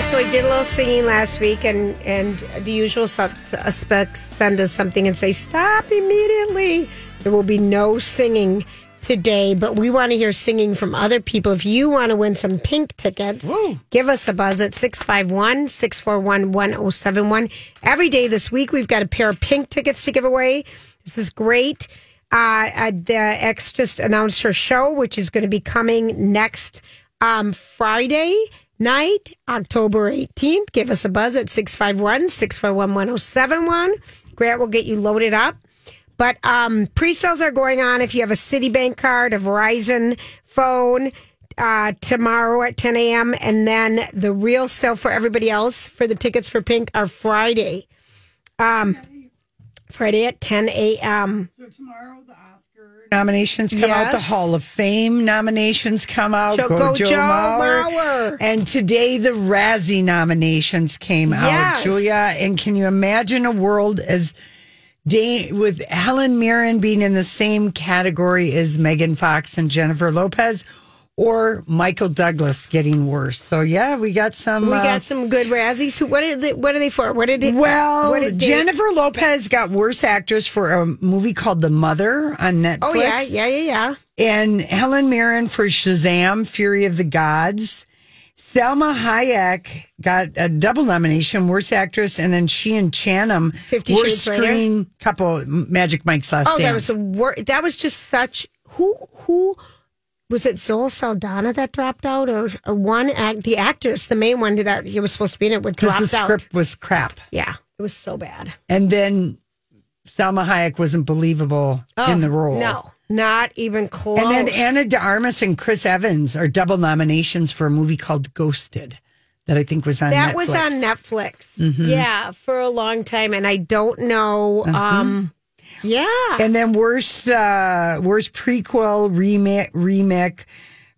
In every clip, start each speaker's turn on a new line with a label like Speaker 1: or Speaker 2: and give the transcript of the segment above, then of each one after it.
Speaker 1: so I did a little singing last week, and and the usual sus- suspects send us something and say stop immediately. There will be no singing today, but we want to hear singing from other people. If you want to win some pink tickets, give us a buzz at 651 641 1071. Every day this week, we've got a pair of pink tickets to give away. This is great. Uh, uh, the ex just announced her show, which is going to be coming next um, Friday night, October 18th. Give us a buzz at 651 641 1071. Grant will get you loaded up. But um, pre sales are going on if you have a Citibank card, a Verizon phone uh, tomorrow at 10 a.m. And then the real sale for everybody else for the tickets for Pink are Friday. Um, Friday at 10 a.m.
Speaker 2: nominations come out. The
Speaker 1: Yes.
Speaker 2: Hall of Fame nominations come out.
Speaker 1: Go- go Joe Mauer.
Speaker 2: And today the Razzie nominations came
Speaker 1: Yes.
Speaker 2: out. Julia, and can you imagine a world as da- with Helen Mirren being in the same category as Megan Fox and Jennifer Lopez? Or Michael Douglas getting worse. So yeah, we got some.
Speaker 1: We
Speaker 2: uh,
Speaker 1: got some good Razzies. Who- What are they, what are they for? What did it?
Speaker 2: well,
Speaker 1: what did they-
Speaker 2: Jennifer Lopez got worse actress for a movie called The Mother on Netflix.
Speaker 1: Oh yeah, yeah, yeah, yeah.
Speaker 2: and Helen Mirren for Shazam, Fury of the Gods. Selma Hayek got a double nomination, Worst Actress, and then she and Channing,
Speaker 1: Fifty
Speaker 2: Worst
Speaker 1: Shades Later?
Speaker 2: Screen Couple, M- Magic Mike's Last
Speaker 1: Oh, that
Speaker 2: Dance.
Speaker 1: was the wor- That was just such. Who who was it? Zoe Saldana that dropped out, or, or one act? The actress, the main one that he was supposed to be in it with,
Speaker 2: because
Speaker 1: dropped
Speaker 2: the
Speaker 1: out.
Speaker 2: script was crap.
Speaker 1: Yeah, it was so bad.
Speaker 2: And then Selma Hayek wasn't believable in the role.
Speaker 1: Oh, No, not even close.
Speaker 2: And then Anna de Armas and Chris Evans are double nominations for a movie called Ghosted that I think was on
Speaker 1: that
Speaker 2: Netflix. Mm-hmm.
Speaker 1: was on Netflix. Yeah, for a long time, and I don't know. Um, yeah,
Speaker 2: And then worst uh worst prequel, remake remake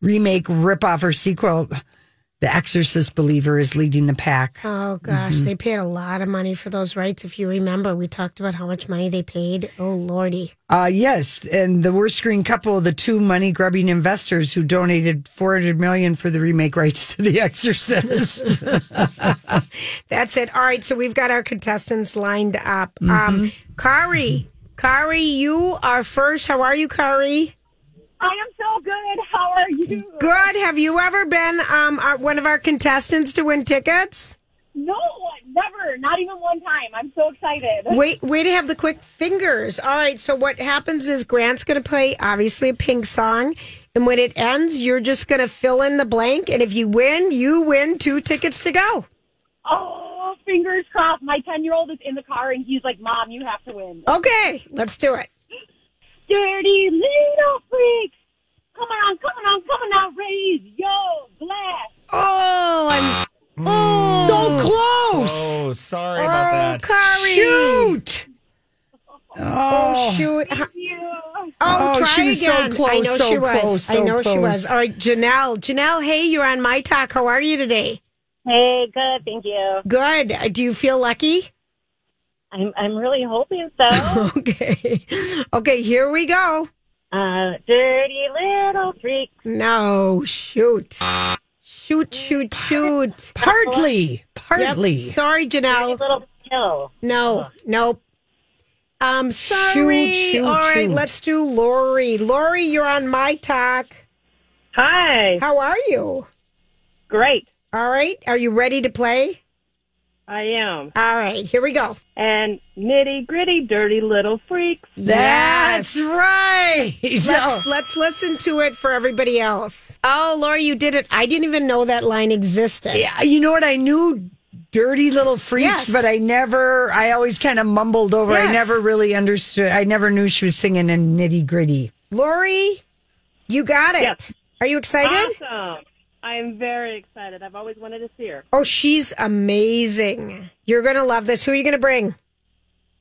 Speaker 2: remake ripoff or sequel. The Exorcist believer is leading the pack.
Speaker 1: Oh gosh,
Speaker 2: Mm-hmm.
Speaker 1: they paid a lot of money for those rights. If you remember, we talked about how much money they paid. Oh lordy,
Speaker 2: Uh yes, and the worst screen couple, the two money grubbing investors who donated 400 million for the remake rights to The Exorcist.
Speaker 1: that's it. All right, so we've got our contestants lined up. Um, Kari, Kari, you are first. How are you, Kari?
Speaker 3: I am so good. How are you?
Speaker 1: Good. Have you ever been um, our, one of our contestants to win tickets?
Speaker 3: No, never. Not even one time. I'm so excited.
Speaker 1: Wait, way to have the quick fingers. All right, so what happens is Grant's going to play obviously a pink song. And when it ends, you're just going to fill in the blank. And if you win, you win two tickets to go.
Speaker 3: Oh, fingers crossed. My 10 year old is in the car and he's like, Mom, you have to win.
Speaker 1: Okay, let's do it.
Speaker 3: Dirty little freaks. Come on, come on, come on. Raise your glass.
Speaker 1: Oh, I'm oh,
Speaker 2: Close.
Speaker 4: Oh, Mm. sorry about
Speaker 1: oh,
Speaker 4: that.
Speaker 1: Kari.
Speaker 2: Shoot.
Speaker 1: Oh, shoot. Oh,
Speaker 3: You.
Speaker 2: Oh,
Speaker 1: try
Speaker 2: she was so
Speaker 1: again. I
Speaker 2: close,
Speaker 1: know
Speaker 2: so
Speaker 1: she was.
Speaker 2: close,
Speaker 1: I
Speaker 2: so
Speaker 1: know she
Speaker 2: close.
Speaker 1: was. All right, Janelle. Janelle, hey, you're on my talk. How are you today?
Speaker 3: Hey, good. Thank you.
Speaker 1: Good. Uh, Do you feel lucky?
Speaker 3: I'm, I'm really hoping so.
Speaker 1: Okay. Okay, here we go.
Speaker 3: uh, dirty little freaks.
Speaker 1: No, shoot. Shoot, shoot, shoot.
Speaker 2: Partly.
Speaker 1: Yep.
Speaker 2: Partly.
Speaker 1: Sorry, Janelle.
Speaker 3: Little pill.
Speaker 1: No, nope. Um, sorry.
Speaker 2: Shoot, shoot,
Speaker 1: All right,
Speaker 2: shoot.
Speaker 1: let's do Lori. Lori, you're on my talk.
Speaker 3: Hi.
Speaker 1: How are you?
Speaker 3: Great.
Speaker 1: All right. Are you ready to play?
Speaker 3: I am.
Speaker 1: All right. Here we go.
Speaker 3: and nitty gritty dirty little freaks.
Speaker 2: That's right.
Speaker 1: Let's, let's listen to it for everybody else. Oh, Lori, you did it. I didn't even know that line existed.
Speaker 2: Yeah, you know what? I knew dirty little freaks,
Speaker 1: Yes.
Speaker 2: but I never, I always kind of mumbled over.
Speaker 1: Yes.
Speaker 2: I never really understood. I never knew she was singing in nitty gritty.
Speaker 1: Lori, you got it.
Speaker 3: Yes.
Speaker 1: Are you excited?
Speaker 3: Awesome. I am very excited. I've always wanted to see her.
Speaker 1: Oh, she's amazing. You're going to love this. Who are you going to bring?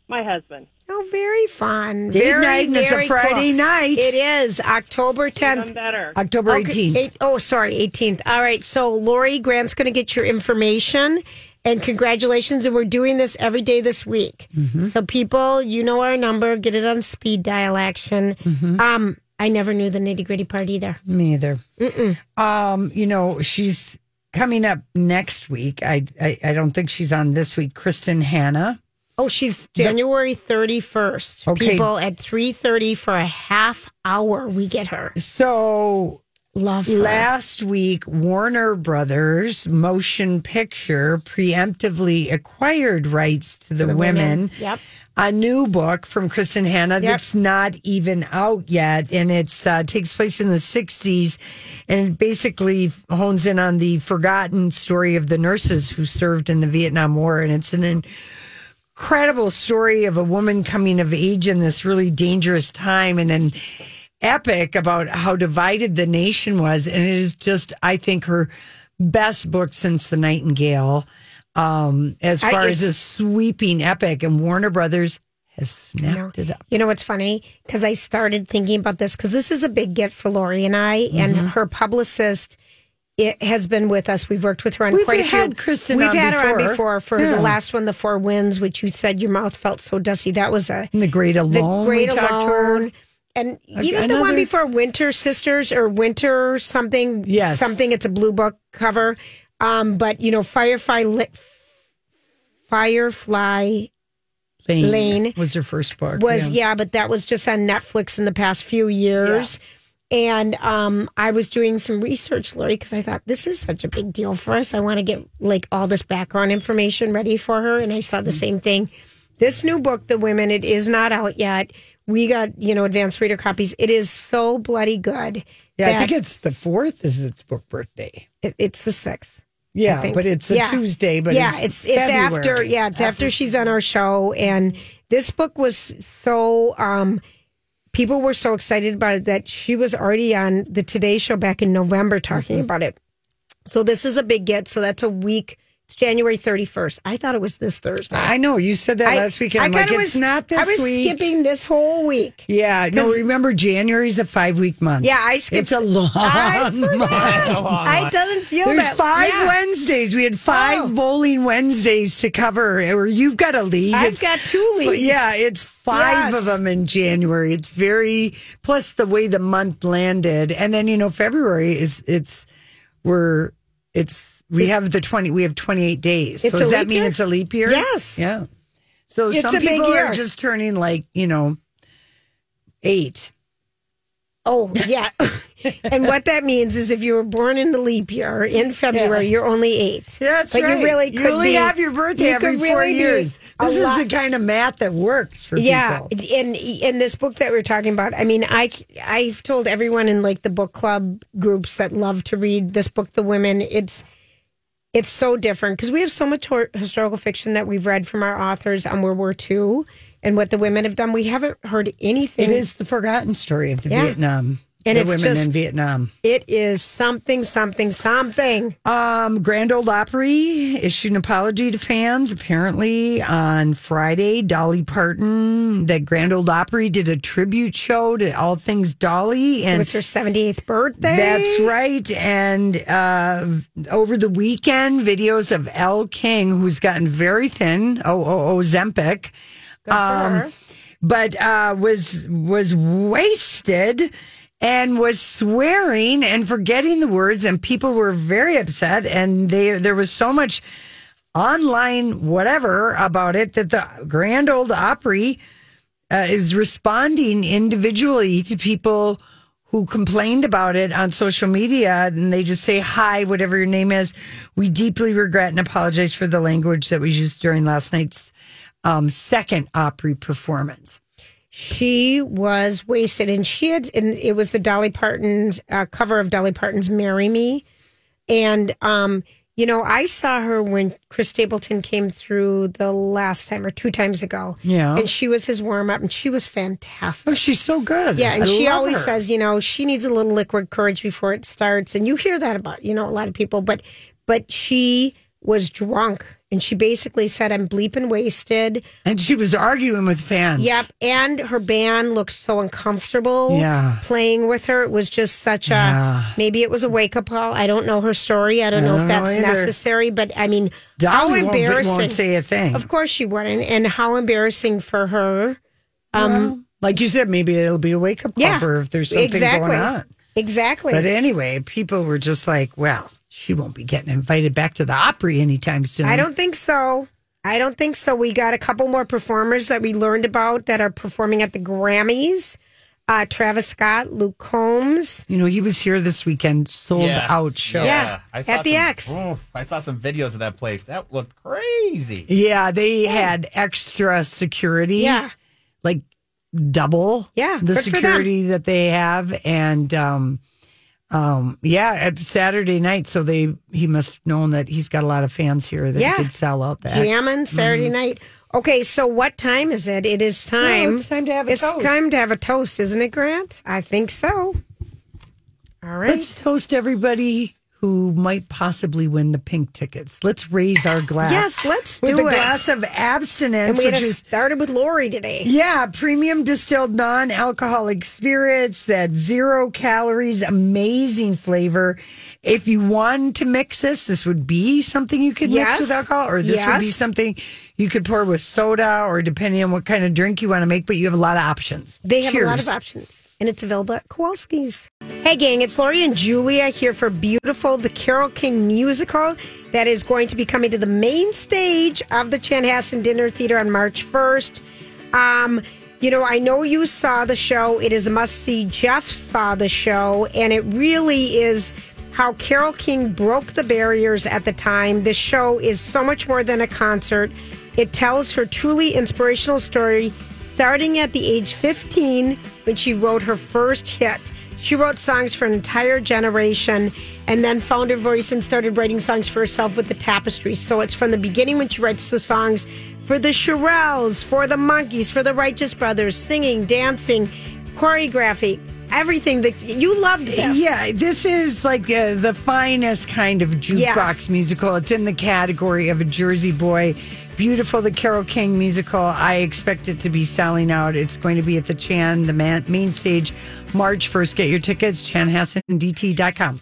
Speaker 3: My husband.
Speaker 1: Oh, very fun.
Speaker 2: Date
Speaker 1: very,
Speaker 2: night, and it's a
Speaker 1: very
Speaker 2: Friday night.
Speaker 1: It is October 10th.
Speaker 3: I'm better.
Speaker 2: October 18th.
Speaker 1: Eight, oh, sorry, 18th. All right. So, Lori Grant's going to get your information. And congratulations. And we're doing this every day this week.
Speaker 2: Mm-hmm.
Speaker 1: So, people, you know our number. Get it on speed dial action.
Speaker 2: Mm-hmm.
Speaker 1: Um, I never knew the nitty gritty part either.
Speaker 2: Me either. Um, you know, she's coming up next week. I, I I don't think she's on this week. Kristen Hanna.
Speaker 1: Oh, she's January 31st.
Speaker 2: Okay.
Speaker 1: People at 3:30 for a half hour we get her.
Speaker 2: So
Speaker 1: Love her.
Speaker 2: Last week, Warner Brothers Motion Picture preemptively acquired rights to the, women.
Speaker 1: Yep.
Speaker 2: A new book from Kristen Hanna that's not even out yet, and it's uh, takes place in the '60s, and it basically hones in on the forgotten story of the nurses who served in the Vietnam War, and it's an incredible story of a woman coming of age in this really dangerous time and an epic about how divided the nation was. And it is just, I think, her best book since The Nightingale, um, as
Speaker 1: I-
Speaker 2: far as
Speaker 1: it's-
Speaker 2: a sweeping epic. And Warner Brothers has snapped it up.
Speaker 1: You know what's funny? Because I started thinking about this because this is a big gift for Lori and I, and
Speaker 2: Mm-hmm.
Speaker 1: her publicist it has been with us. We've worked with her on
Speaker 2: We've
Speaker 1: quite a few.
Speaker 2: had Kristen
Speaker 1: We've
Speaker 2: on
Speaker 1: had her on
Speaker 2: before.
Speaker 1: before for
Speaker 2: Yeah.
Speaker 1: the last one, the Four Winds, which you said your mouth felt so dusty. That was a
Speaker 2: And the Great Alone.
Speaker 1: the Great
Speaker 2: we talked to her.
Speaker 1: Alone. And even the one
Speaker 2: another-
Speaker 1: before Winter Sisters or Winter something,
Speaker 2: Yes.
Speaker 1: something. It's a blue book cover, um, but you know, Firefly, Li- Firefly
Speaker 2: Lane,
Speaker 1: Lane
Speaker 2: was her first book.
Speaker 1: was yeah. but that was just on Netflix in the past few years. And um, I was doing some research, Lori, because I thought this is such a big deal for us. I want to get like all this background information ready for her, and I saw
Speaker 2: Mm.
Speaker 1: the same thing. This new book, The Women, it is not out yet. We got you know advanced reader copies. It is so bloody good.
Speaker 2: Yeah, I
Speaker 1: that-
Speaker 2: think it's the fourth is its book birthday.
Speaker 1: it- it's the sixth. I
Speaker 2: Yeah,
Speaker 1: think.
Speaker 2: but it's a
Speaker 1: Yeah.
Speaker 2: Tuesday. But
Speaker 1: yeah,
Speaker 2: it's
Speaker 1: it's it's after
Speaker 2: February.
Speaker 1: yeah, it's after, she's on our show, and this book was so um, people were so excited about it that she was already on the Today Show back in November talking
Speaker 2: Mm-hmm.
Speaker 1: about it. So this is a big get. So that's a week. It's January thirty first. I thought it was this Thursday.
Speaker 2: I know you said that last week, and I'm like,
Speaker 1: kinda
Speaker 2: it's not this
Speaker 1: I was
Speaker 2: week.
Speaker 1: skipping this whole week.
Speaker 2: yeah, no.
Speaker 1: 'cause-
Speaker 2: Remember, January's a five week month.
Speaker 1: Yeah, I skipped.
Speaker 2: it's a long
Speaker 1: I
Speaker 2: month.
Speaker 1: I doesn't feel
Speaker 2: There's
Speaker 1: that
Speaker 2: five
Speaker 1: yeah.
Speaker 2: Wednesdays. We had five
Speaker 1: Oh.
Speaker 2: bowling Wednesdays to cover, or you've got a league.
Speaker 1: I've
Speaker 2: It's-
Speaker 1: got two leagues.
Speaker 2: Yeah, it's five
Speaker 1: Yes.
Speaker 2: of them in January. It's very plus the way the month landed, and then you know February is it's we're it's we have the twenty we have twenty eight days.
Speaker 1: It's
Speaker 2: so
Speaker 1: a
Speaker 2: does that
Speaker 1: leap
Speaker 2: mean
Speaker 1: year?
Speaker 2: it's a leap year?
Speaker 1: Yes.
Speaker 2: Yeah. So
Speaker 1: It's
Speaker 2: some
Speaker 1: a big
Speaker 2: people are
Speaker 1: year.
Speaker 2: just turning like you know eight.
Speaker 1: Oh, yeah. and what that means is if you were born in the leap year in February, you're only eight.
Speaker 2: That's
Speaker 1: but
Speaker 2: right.
Speaker 1: you really could
Speaker 2: you only
Speaker 1: be-
Speaker 2: have your birthday
Speaker 1: you
Speaker 2: every
Speaker 1: could
Speaker 2: four
Speaker 1: really be
Speaker 2: years.
Speaker 1: a
Speaker 2: This is
Speaker 1: lot-
Speaker 2: the kind of math that works for
Speaker 1: yeah,
Speaker 2: people.
Speaker 1: and in this book that we're talking about, I mean, I I've told everyone in like the book club groups that love to read this book, The Women. It's it's so different because we have so much hor- historical fiction that we've read from our authors on World War II and what the women have done. We haven't heard anything.
Speaker 2: It is the forgotten story of the
Speaker 1: Yeah.
Speaker 2: Vietnam.
Speaker 1: And
Speaker 2: the
Speaker 1: it's
Speaker 2: women
Speaker 1: just-
Speaker 2: in Vietnam.
Speaker 1: It is something, something, something.
Speaker 2: Um, Grand Ole Opry issued an apology to fans. Apparently on Friday, Dolly Parton, the Grand Ole Opry, did a tribute show to all things Dolly,
Speaker 1: It
Speaker 2: and
Speaker 1: was her seventy eighth birthday.
Speaker 2: that's right. And uh, over the weekend, videos of L. King, who's gotten very thin, oh, oh, oh, Zempic,
Speaker 1: Good for
Speaker 2: Um,
Speaker 1: her.
Speaker 2: but uh, was was wasted and was swearing and forgetting the words, and people were very upset, and they there was so much online whatever about it that the Grand Old Opry uh, is responding individually to people who complained about it on social media and they just say hi whatever your name is we deeply regret and apologize for the language that was used during last night's um, second opry performance
Speaker 1: she was wasted and she had and it was the dolly parton's uh, cover of dolly parton's marry me and um you know i saw her when chris stapleton came through the last time or two times ago
Speaker 2: Yeah.
Speaker 1: and she was his warm-up and she was
Speaker 2: oh
Speaker 1: fantastic
Speaker 2: she's so good
Speaker 1: yeah and
Speaker 2: I
Speaker 1: she
Speaker 2: love
Speaker 1: always
Speaker 2: her.
Speaker 1: says you know she needs a little liquid courage before it starts and you hear that about you know a lot of people but but she was drunk and she basically said i'm bleeping wasted
Speaker 2: and she was arguing with fans
Speaker 1: Yep, and her band looked so uncomfortable.
Speaker 2: Yeah.
Speaker 1: playing with her, it was just such a.
Speaker 2: Yeah.
Speaker 1: Maybe it was a wake up call. I don't know her story. I don't know
Speaker 2: don't
Speaker 1: if
Speaker 2: know
Speaker 1: that's
Speaker 2: either.
Speaker 1: necessary, but I mean,
Speaker 2: dolly
Speaker 1: how
Speaker 2: won't, be-
Speaker 1: embarrassing!
Speaker 2: won't say a thing
Speaker 1: Of course she wouldn't, and how embarrassing for her.
Speaker 2: Well, like you said maybe it'll be a wake-up call
Speaker 1: Yeah,
Speaker 2: for her if there's something
Speaker 1: exactly.
Speaker 2: going on
Speaker 1: Exactly.
Speaker 2: but anyway people were just like well she won't be getting invited back to the Opry anytime soon.
Speaker 1: I don't think so. I don't think so. We got a couple more performers that we learned about that are performing at the Grammys. Uh, Travis Scott, Luke Combs.
Speaker 2: You know, he was here this weekend, sold
Speaker 4: Yeah.
Speaker 2: out show.
Speaker 1: Yeah.
Speaker 4: I
Speaker 1: at
Speaker 4: saw
Speaker 1: the
Speaker 4: some-
Speaker 1: X.
Speaker 4: oh, I saw some videos of that place. That looked crazy.
Speaker 2: Yeah, they had extra security.
Speaker 1: Yeah.
Speaker 2: Like double.
Speaker 1: Yeah,
Speaker 2: The
Speaker 1: good for them.
Speaker 2: security that they have. And um um yeah, at Saturday night. So they he must have known that he's got a lot of fans here that
Speaker 1: Yeah.
Speaker 2: could sell out that.
Speaker 1: Jamming Saturday
Speaker 2: mm-hmm.
Speaker 1: night. Okay, so what time is it? It is time.
Speaker 2: it's time to have a
Speaker 1: It's
Speaker 2: toast.
Speaker 1: time to have a toast, isn't it, Grant? I think so. All right.
Speaker 2: Let's toast everybody who might possibly win the pink tickets. Let's raise our glass.
Speaker 1: Yes, let's
Speaker 2: with
Speaker 1: do
Speaker 2: a
Speaker 1: it.
Speaker 2: glass of
Speaker 1: and
Speaker 2: abstinence,
Speaker 1: we had
Speaker 2: which
Speaker 1: to
Speaker 2: is
Speaker 1: started with Lori today.
Speaker 2: Yeah, premium distilled non alcoholic spirits that zero calories, amazing flavor. If you want to mix this, this would be something you could
Speaker 1: Yes.
Speaker 2: mix with alcohol, or this would be
Speaker 1: Yes.
Speaker 2: something you could pour with soda, or depending on what kind of drink you want to make, but you have a lot of options.
Speaker 1: They have a lot
Speaker 2: Cheers.
Speaker 1: of options, and it's available at Kowalski's. Hey, gang, it's Lori and Julia here for Beautiful, the Carol King musical that is going to be coming to the main stage of the Chanhassen Dinner Theater on March 1st. Um, you know, I know you saw the show. It is a must see. Jeff saw the show, and it really is how Carol King broke the barriers at the time. This show is so much more than a concert. It tells her truly inspirational story, starting at the age 15 when she wrote her first hit. She wrote songs for an entire generation and then found her voice and started writing songs for herself with the tapestry. So it's from the beginning when she writes the songs for the Shirelles, for the Monkeys, for the Righteous Brothers, singing, dancing, choreography, everything that you loved this.
Speaker 2: Yeah, this is like uh, the finest kind of jukebox
Speaker 1: Yes.
Speaker 2: musical. It's in the category of a Jersey Boy. Beautiful, the Carol King musical. I expect it to be selling out. It's going to be at the Chan, the man, main stage, March 1st. Get your tickets, chanhassendt.com.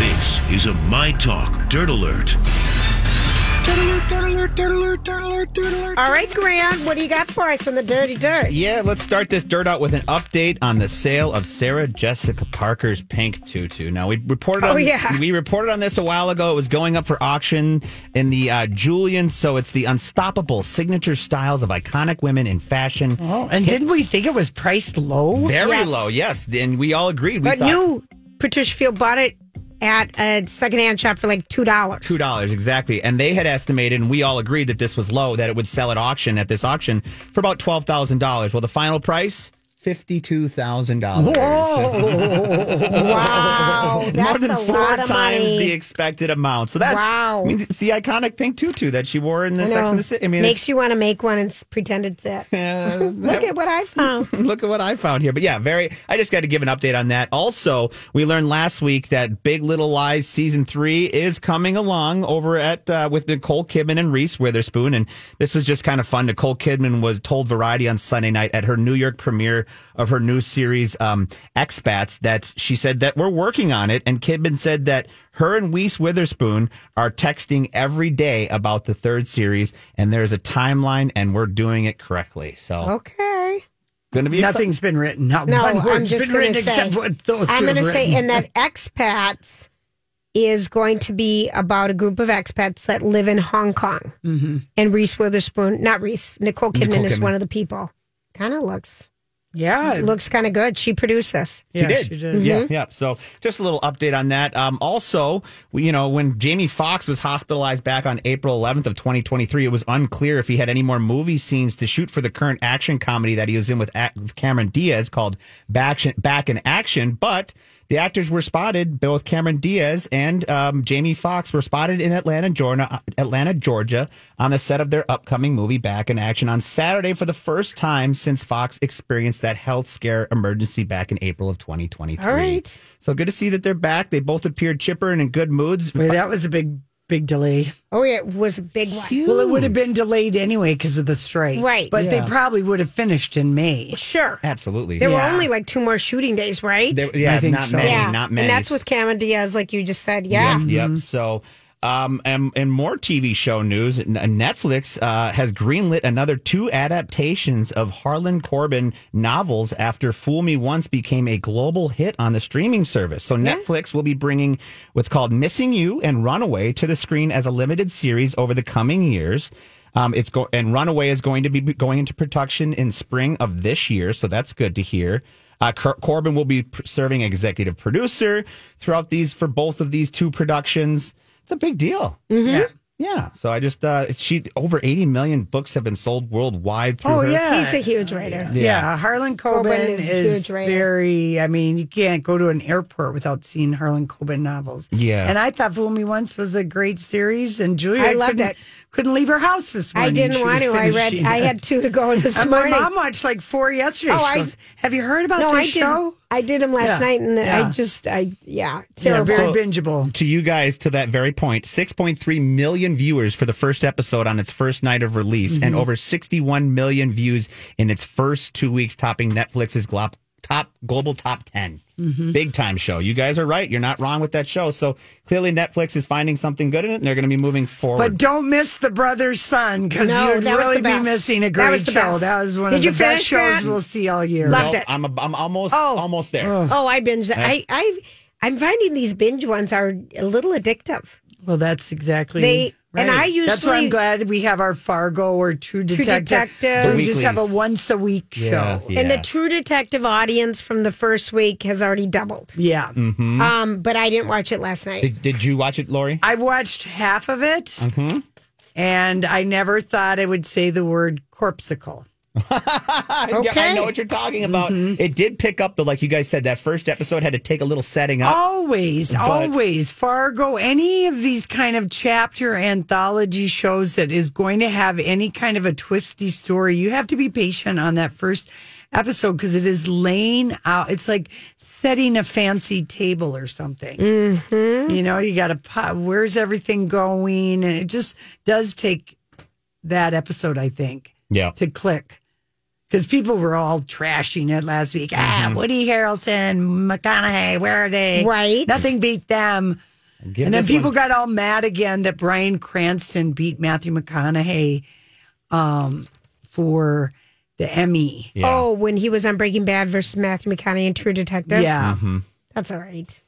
Speaker 5: This is a My Talk Dirt Alert.
Speaker 1: All right, Grant, what do you got for us on the Dirty Dirt?
Speaker 4: Yeah, let's start this dirt out with an update on the sale of Sarah Jessica Parker's pink tutu. Now we reported on
Speaker 1: Oh, yeah.
Speaker 4: we reported on this a while ago. It was going up for auction in the uh, Julian, so it's the unstoppable signature styles of iconic women in fashion.
Speaker 2: Oh, and didn't we think it was priced low?
Speaker 4: Very
Speaker 1: Yes.
Speaker 4: low, yes. And we all agreed. We
Speaker 1: But
Speaker 4: thought
Speaker 1: new Patricia Field bought it at a secondhand shop for like two dollars.
Speaker 4: two dollars exactly. And they had estimated, and we all agreed that this was low, that it would sell at auction at this auction for about twelve thousand dollars. Well, the final price fifty two thousand dollars.
Speaker 2: Oh.
Speaker 1: Wow, that's
Speaker 4: more than
Speaker 1: a
Speaker 4: four
Speaker 1: lot of
Speaker 4: times
Speaker 1: money.
Speaker 4: the expected amount. So that's
Speaker 1: Wow.
Speaker 4: I mean, it's the iconic pink tutu that she wore in the
Speaker 1: I
Speaker 4: Sex
Speaker 1: know.
Speaker 4: and the City. I mean,
Speaker 1: makes
Speaker 4: it's-
Speaker 1: you want to make one and s- pretend it's it. Look at what I found.
Speaker 4: look at what I found here. But yeah, very. I just got to give an update on that. Also, we learned last week that Big Little Lies season three is coming along over at uh, with Nicole Kidman and Reese Witherspoon, and this was just kind of fun. Nicole Kidman was told Variety on Sunday night at her New York premiere of her new series um, Expats that she said that we're working on it, and Kidman said that her and Reese Witherspoon are texting every day about the third series, and there's a timeline, and we're doing it correctly. So
Speaker 1: Oh, Okay.
Speaker 4: going to be exciting.
Speaker 2: Nothing's been written. Not
Speaker 1: No,
Speaker 2: one
Speaker 1: I'm
Speaker 2: word's
Speaker 1: just
Speaker 2: been
Speaker 1: going
Speaker 2: written
Speaker 1: to say.
Speaker 2: except what those
Speaker 1: I'm
Speaker 2: two
Speaker 1: going to
Speaker 2: have
Speaker 1: say,
Speaker 2: written.
Speaker 1: and that expats is going to be about a group of expats that live in Hong Kong. Mm-hmm. And Reese Witherspoon, not Reese, Nicole Kidman
Speaker 4: Nicole
Speaker 1: is
Speaker 4: Kidman.
Speaker 1: one of the people. Kind of looks
Speaker 2: Yeah.
Speaker 1: It looks kind of good. She produced this.
Speaker 4: She
Speaker 2: Yeah,
Speaker 4: did.
Speaker 2: she did. Mm-hmm.
Speaker 4: Yeah, yeah. So just a little update on that. Um, also, we- you know, when Jamie Foxx was hospitalized back on April 11th of 2023, it was unclear if he had any more movie scenes to shoot for the current action comedy that he was in with, ac with Cameron Diaz called Back, Back in Action. But the actors were spotted, both Cameron Diaz and um, Jamie Foxx were spotted in Atlanta, Georgia, Atlanta, Georgia, on the set of their upcoming movie Back in Action on Saturday for the first time since Fox experienced that health scare emergency back in April of 2023.
Speaker 1: All right.
Speaker 4: So good to see that they're back. They both appeared chipper and in good moods.
Speaker 2: Boy, that was a big, big delay.
Speaker 1: Oh, yeah, it was a big one.
Speaker 2: Well, it would have been delayed anyway because of the strike.
Speaker 1: Right.
Speaker 2: But
Speaker 4: Hmm. Yeah.
Speaker 2: they probably would have finished in May.
Speaker 1: Sure.
Speaker 4: Absolutely.
Speaker 1: There were
Speaker 2: Yeah.
Speaker 1: only like two more shooting days, right?
Speaker 4: There- yeah,
Speaker 2: I think
Speaker 4: not
Speaker 2: so.
Speaker 4: many,
Speaker 1: yeah.
Speaker 4: not many.
Speaker 1: And that's with Cameron Diaz, like you just said. Yeah.
Speaker 4: Yep. yep. So, um, and, and more TV show news. N- Netflix uh, has greenlit another two adaptations of Harlan Corbin novels after "Fool Me Once" became a global hit on the streaming service. So Netflix will be bringing what's called "Missing You" and "Runaway" to the screen as a limited series over the coming years. Um, it's go- and Runaway is going to be going into production in spring of this year, so that's good to hear. Uh, Cor- Corbin will be pr- serving executive producer throughout these for both of these two productions. It's a big deal.
Speaker 2: Yeah.
Speaker 4: Yeah. So I just uh, she over eighty million books have been sold worldwide through
Speaker 2: Oh,
Speaker 4: her.
Speaker 2: yeah.
Speaker 1: He's a huge writer.
Speaker 2: Yeah. Harlan Coben,
Speaker 1: Coben
Speaker 2: is,
Speaker 1: is huge writer.
Speaker 2: very, I mean, you can't go to an airport without seeing Harlan Coben novels.
Speaker 4: Yeah.
Speaker 2: And I thought Fool Me Once was a great series, and Julia
Speaker 1: I loved
Speaker 2: couldn't,
Speaker 1: it.
Speaker 2: couldn't leave her house this
Speaker 1: I
Speaker 2: morning.
Speaker 1: didn't
Speaker 2: She
Speaker 1: want
Speaker 2: was
Speaker 1: to. I read,
Speaker 2: finishing
Speaker 1: I
Speaker 2: it.
Speaker 1: had two to go this
Speaker 2: And my
Speaker 1: morning.
Speaker 2: mom watched like four yesterday.
Speaker 1: Oh,
Speaker 2: she
Speaker 1: I-
Speaker 2: goes, Have you heard about
Speaker 1: no, I
Speaker 2: this
Speaker 1: did.
Speaker 2: show?
Speaker 1: I did them last
Speaker 2: Yeah.
Speaker 1: night, and
Speaker 2: Yeah.
Speaker 1: I just, I yeah,
Speaker 2: Yeah,
Speaker 1: terrible.
Speaker 2: very
Speaker 4: So-
Speaker 2: bingeable.
Speaker 4: To you guys, to that very point, 6.3 million viewers for the first episode on its first night of release, and
Speaker 2: Mm-hmm.
Speaker 4: over 61 million views in its first two weeks, topping Netflix's glop, top global top 10.
Speaker 2: Mm-hmm.
Speaker 4: Big time show. You guys are right. You're not wrong with that show. So clearly, Netflix is finding something good in it, and they're going to be moving forward.
Speaker 2: But don't miss the brother's son because
Speaker 1: No,
Speaker 2: you'd
Speaker 1: that was
Speaker 2: really
Speaker 1: the
Speaker 2: be
Speaker 1: best.
Speaker 2: missing a
Speaker 1: That
Speaker 2: great
Speaker 1: was the
Speaker 2: show.
Speaker 1: best.
Speaker 2: That was one
Speaker 1: Did
Speaker 2: of
Speaker 1: you
Speaker 2: the best
Speaker 1: finish that?
Speaker 2: shows we'll see all year.
Speaker 1: Loved
Speaker 4: No,
Speaker 1: it.
Speaker 4: I'm, I'm almost
Speaker 1: Oh.
Speaker 4: almost there.
Speaker 1: Oh, I binged. I, I, I'm finding these binge ones are a little addictive.
Speaker 2: Well, that's exactly
Speaker 1: They- and I
Speaker 2: that's why I'm
Speaker 1: usually-
Speaker 2: glad we have our Fargo or True Detective.
Speaker 1: Detective.
Speaker 2: We just have a
Speaker 4: Weeklies.
Speaker 2: once a week
Speaker 4: Yeah,
Speaker 2: show.
Speaker 4: yeah.
Speaker 1: And the True Detective audience from the first week has already doubled.
Speaker 2: Yeah,
Speaker 1: Um, but I didn't watch it last night.
Speaker 4: did, did you watch it, Lori?
Speaker 2: I watched half of it, and I never thought I would say the word corpsicle.
Speaker 4: Yeah, I
Speaker 1: Okay.
Speaker 4: know what you're talking about.
Speaker 2: Mm-hmm.
Speaker 4: It did pick up, though, like you guys said, that first episode had to take a little setting
Speaker 2: Oh.
Speaker 4: up.
Speaker 2: Always, always, Fargo, any of these kind of chapter anthology shows that is going to have any kind of a twisty story, you have to be patient on that first episode because it is laying out, it's like setting a fancy table or something. You know, you got to, where's everything going? And it just does take that episode, I think
Speaker 4: Yeah.
Speaker 2: to click because people were all trashing it last week. Ah,
Speaker 1: Mm-hmm.
Speaker 2: Woody Harrelson, McConaughey, where are they?
Speaker 1: Right.
Speaker 2: nothing beat them.
Speaker 4: Give
Speaker 2: and then
Speaker 4: this
Speaker 2: people
Speaker 4: one-
Speaker 2: got all mad again that Brian Cranston beat Matthew McConaughey um, for the Emmy.
Speaker 4: Yeah.
Speaker 1: Oh, when he was on Breaking Bad versus Matthew McConaughey and True Detective.
Speaker 2: Yeah,
Speaker 1: that's all right.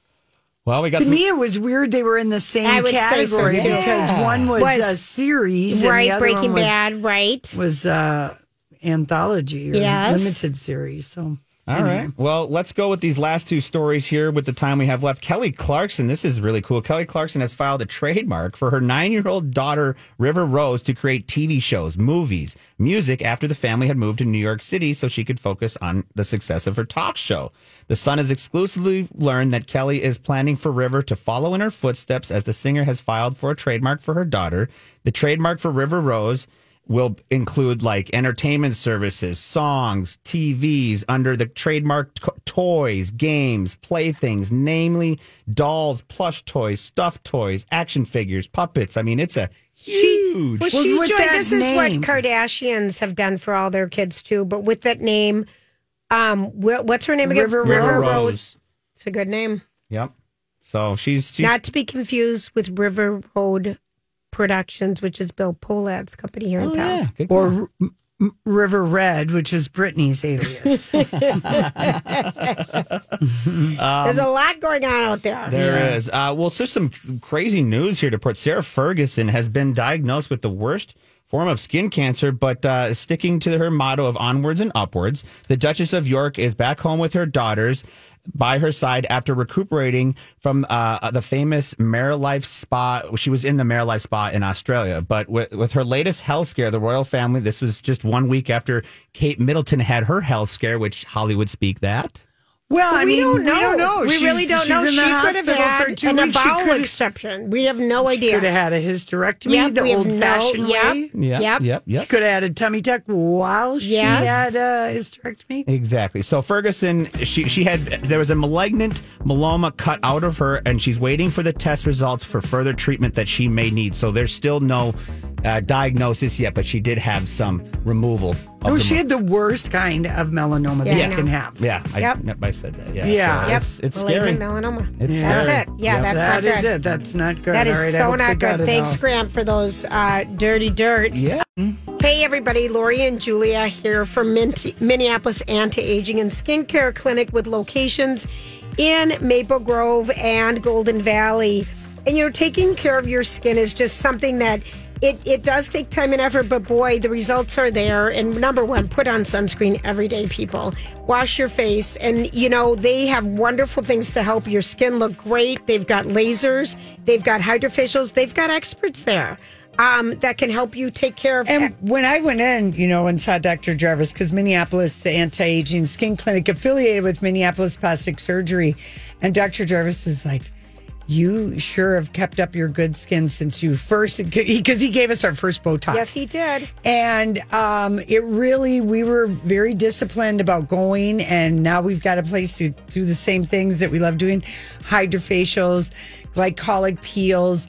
Speaker 4: Well, we got
Speaker 2: to
Speaker 4: some.
Speaker 2: me it was weird they were in the
Speaker 1: I
Speaker 2: same
Speaker 1: would say so,
Speaker 2: category
Speaker 1: too.
Speaker 2: because one was,
Speaker 1: Was-
Speaker 2: a series, and the
Speaker 1: Right,
Speaker 2: other
Speaker 1: Breaking
Speaker 2: one was,
Speaker 1: Bad. Right.
Speaker 2: was uh, anthology or
Speaker 1: Yes.
Speaker 2: limited series. So
Speaker 4: All right. Well, let's go with these last two stories here with the time we have left. Kelly Clarkson, this is really cool. Kelly Clarkson has filed a trademark for her nine year old daughter, River Rose, to create TV shows, movies, music after the family had moved to New York City so she could focus on the success of her talk show. The Sun has exclusively learned that Kelly is planning for River to follow in her footsteps as the singer has filed for a trademark for her daughter. The trademark for River Rose will include like entertainment services, songs, TVs under the trademark t- toys, games, playthings, namely dolls, plush toys, stuffed toys, action figures, puppets. I mean, it's a huge.
Speaker 1: Well,
Speaker 2: Well,
Speaker 1: she
Speaker 2: with
Speaker 1: joined.
Speaker 2: that
Speaker 1: This is what
Speaker 2: name-
Speaker 1: Kardashians have done for all their kids too. But with that name, um, wh- what's her name again?
Speaker 2: River
Speaker 4: River Rose.
Speaker 1: It's a good name.
Speaker 4: Yep. So she's she's
Speaker 1: Not to be confused with River Road Productions, which is Bill Polad's company here in
Speaker 4: oh,
Speaker 1: town.
Speaker 4: yeah. Good
Speaker 2: or River Red, which is Britney's alias.
Speaker 1: There's a lot going on out there.
Speaker 4: There is. Uh, well, it's just some crazy news here to put. Sarah Ferguson has been diagnosed with the worst form of skin cancer, but uh, sticking to her motto of onwards and upwards, the Duchess of York is back home with her daughters by her side after recuperating from uh, the famous Life spa. She was in the Life spa in Australia, but with, with her latest health scare, the royal family, this was just one week after Kate Middleton had her health scare, which Hollywood speak that.
Speaker 2: Well, I
Speaker 1: we
Speaker 2: mean,
Speaker 1: don't know.
Speaker 2: we don't know.
Speaker 1: We
Speaker 2: She's-
Speaker 1: really don't
Speaker 2: she's
Speaker 1: know.
Speaker 2: in the
Speaker 1: She could have
Speaker 2: hospital for
Speaker 1: had
Speaker 2: two
Speaker 1: an
Speaker 2: weeks. She
Speaker 1: bowel
Speaker 2: could've-
Speaker 1: exception. We have no idea.
Speaker 2: Could have had a hysterectomy
Speaker 1: Yep,
Speaker 2: the
Speaker 1: we have
Speaker 2: old fashioned
Speaker 1: no- yep.
Speaker 2: way.
Speaker 4: Yeah.
Speaker 1: Yep.
Speaker 4: Yep. Yep.
Speaker 2: Could have had a tummy tuck while she
Speaker 1: Yes.
Speaker 2: had a hysterectomy.
Speaker 4: Exactly. So Ferguson, she she had there was a malignant melanoma cut out of her, and she's waiting for the test results for further treatment that she may need. So there's still no uh, diagnosis yet, but she did have some removal. Of
Speaker 2: No,
Speaker 4: the
Speaker 2: Oh, she
Speaker 4: mel-
Speaker 2: had the worst kind of melanoma that
Speaker 1: Yeah,
Speaker 2: you
Speaker 1: I
Speaker 2: can
Speaker 1: know.
Speaker 2: have.
Speaker 4: Yeah, I,
Speaker 1: Yep.
Speaker 4: yep. I said that. Yeah.
Speaker 2: Yeah.
Speaker 4: so
Speaker 1: Yep.
Speaker 4: It's, it's scary.
Speaker 1: Malignant melanoma.
Speaker 4: It's
Speaker 1: that's
Speaker 4: scary.
Speaker 1: it. Yeah,
Speaker 4: Yep.
Speaker 1: that's
Speaker 2: That
Speaker 1: not
Speaker 2: is
Speaker 1: good.
Speaker 2: it. That's not good.
Speaker 1: That is
Speaker 2: All right, I
Speaker 1: so
Speaker 2: hope they
Speaker 1: not
Speaker 2: got
Speaker 1: good.
Speaker 2: it
Speaker 1: Thanks,
Speaker 2: out.
Speaker 1: Graham, for those uh, dirty dirts.
Speaker 4: Yeah.
Speaker 1: Hey, everybody. Lori and Julia here from Min- Minneapolis Anti Aging and Skincare Clinic with locations in Maple Grove and Golden Valley. And, you know, taking care of your skin is just something that. It, it does take time and effort, but boy, the results are there. And number one, put on sunscreen every day, people. Wash your face. And, you know, they have wonderful things to help your skin look great. They've got lasers, they've got hydrofacials, they've got experts there um, that can help you take care of
Speaker 2: And when I went in, you know, and saw Dr. Jarvis, because Minneapolis, the anti aging skin clinic affiliated with Minneapolis Plastic Surgery, and Dr. Jarvis was like, You sure have kept up your good skin since you first, because he gave us our first Botox.
Speaker 1: Yes, he did.
Speaker 2: And um, it really, we were very disciplined about going, and now we've got a place to do the same things that we love doing hydrofacials, glycolic peels,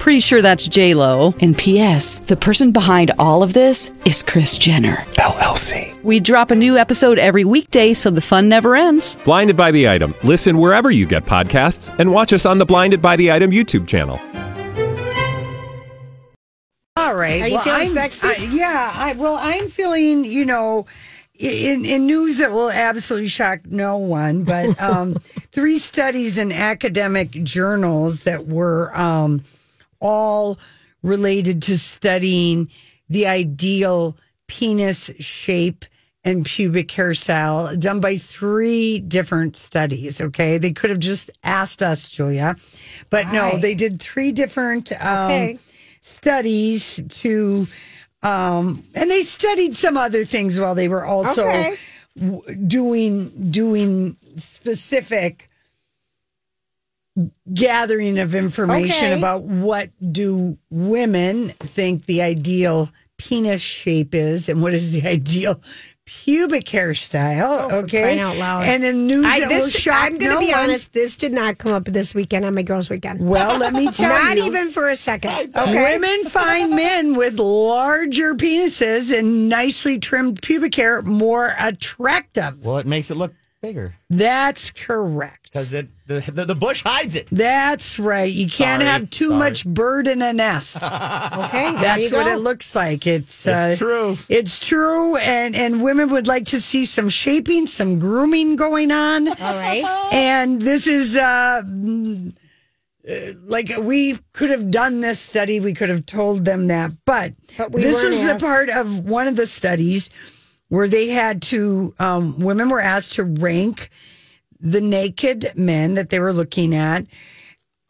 Speaker 6: Pretty sure that's J Lo. And P.S. The person behind all of this is Chris Jenner.
Speaker 7: LLC.
Speaker 6: We drop a new episode every weekday, so the fun never ends.
Speaker 7: Blinded by the item. Listen wherever you get podcasts, and watch us on the Blinded by the Item YouTube channel.
Speaker 2: All right.
Speaker 1: Are you feeling
Speaker 2: I'm,
Speaker 1: sexy?
Speaker 2: I- yeah. I, well, I'm feeling, you know, in, in news that will absolutely shock no one, but um, three studies in academic journals that were um, all related to studying the ideal penis shape and pubic hairstyle done by three different studies. Okay. They could have just asked us, Julia, but no, they did three different. Um,
Speaker 1: Okay.
Speaker 2: studies to um and they studied some other things while they were also
Speaker 1: Okay.
Speaker 2: w- doing doing specific gathering of information
Speaker 1: Okay.
Speaker 2: about what do women think the ideal penis shape is and what is the ideal pubic hairstyle
Speaker 1: Oh, for
Speaker 2: okay
Speaker 1: crying out loud.
Speaker 2: and the news
Speaker 1: I,
Speaker 2: that will
Speaker 1: this,
Speaker 2: shock
Speaker 1: I'm going to
Speaker 2: no
Speaker 1: be
Speaker 2: one-
Speaker 1: honest. This did not come up this weekend on my girls' weekend.
Speaker 2: well let me tell
Speaker 1: not
Speaker 2: you
Speaker 1: even for a second. Okay.
Speaker 2: Women find men with larger penises and nicely trimmed pubic hair more attractive.
Speaker 4: Well, it makes it look bigger
Speaker 2: That's correct.
Speaker 4: because it the, the the bush hides it.
Speaker 2: That's right. You can't
Speaker 4: Sorry,
Speaker 2: have too
Speaker 4: sorry.
Speaker 2: much bird in a nest.
Speaker 1: Okay. there
Speaker 2: That's
Speaker 1: you
Speaker 2: what
Speaker 1: go.
Speaker 2: it looks like. It's
Speaker 4: It's true.
Speaker 2: uh, It's true, and and women would like to see some shaping, some grooming going on.
Speaker 1: All right.
Speaker 2: and this is uh, mm, uh, like we could have done this study we could have told them that but,
Speaker 1: But we
Speaker 2: this
Speaker 1: weren't
Speaker 2: was
Speaker 1: asked.
Speaker 2: the part of one of the studies where they had to um, women were asked to rank the naked men that they were looking at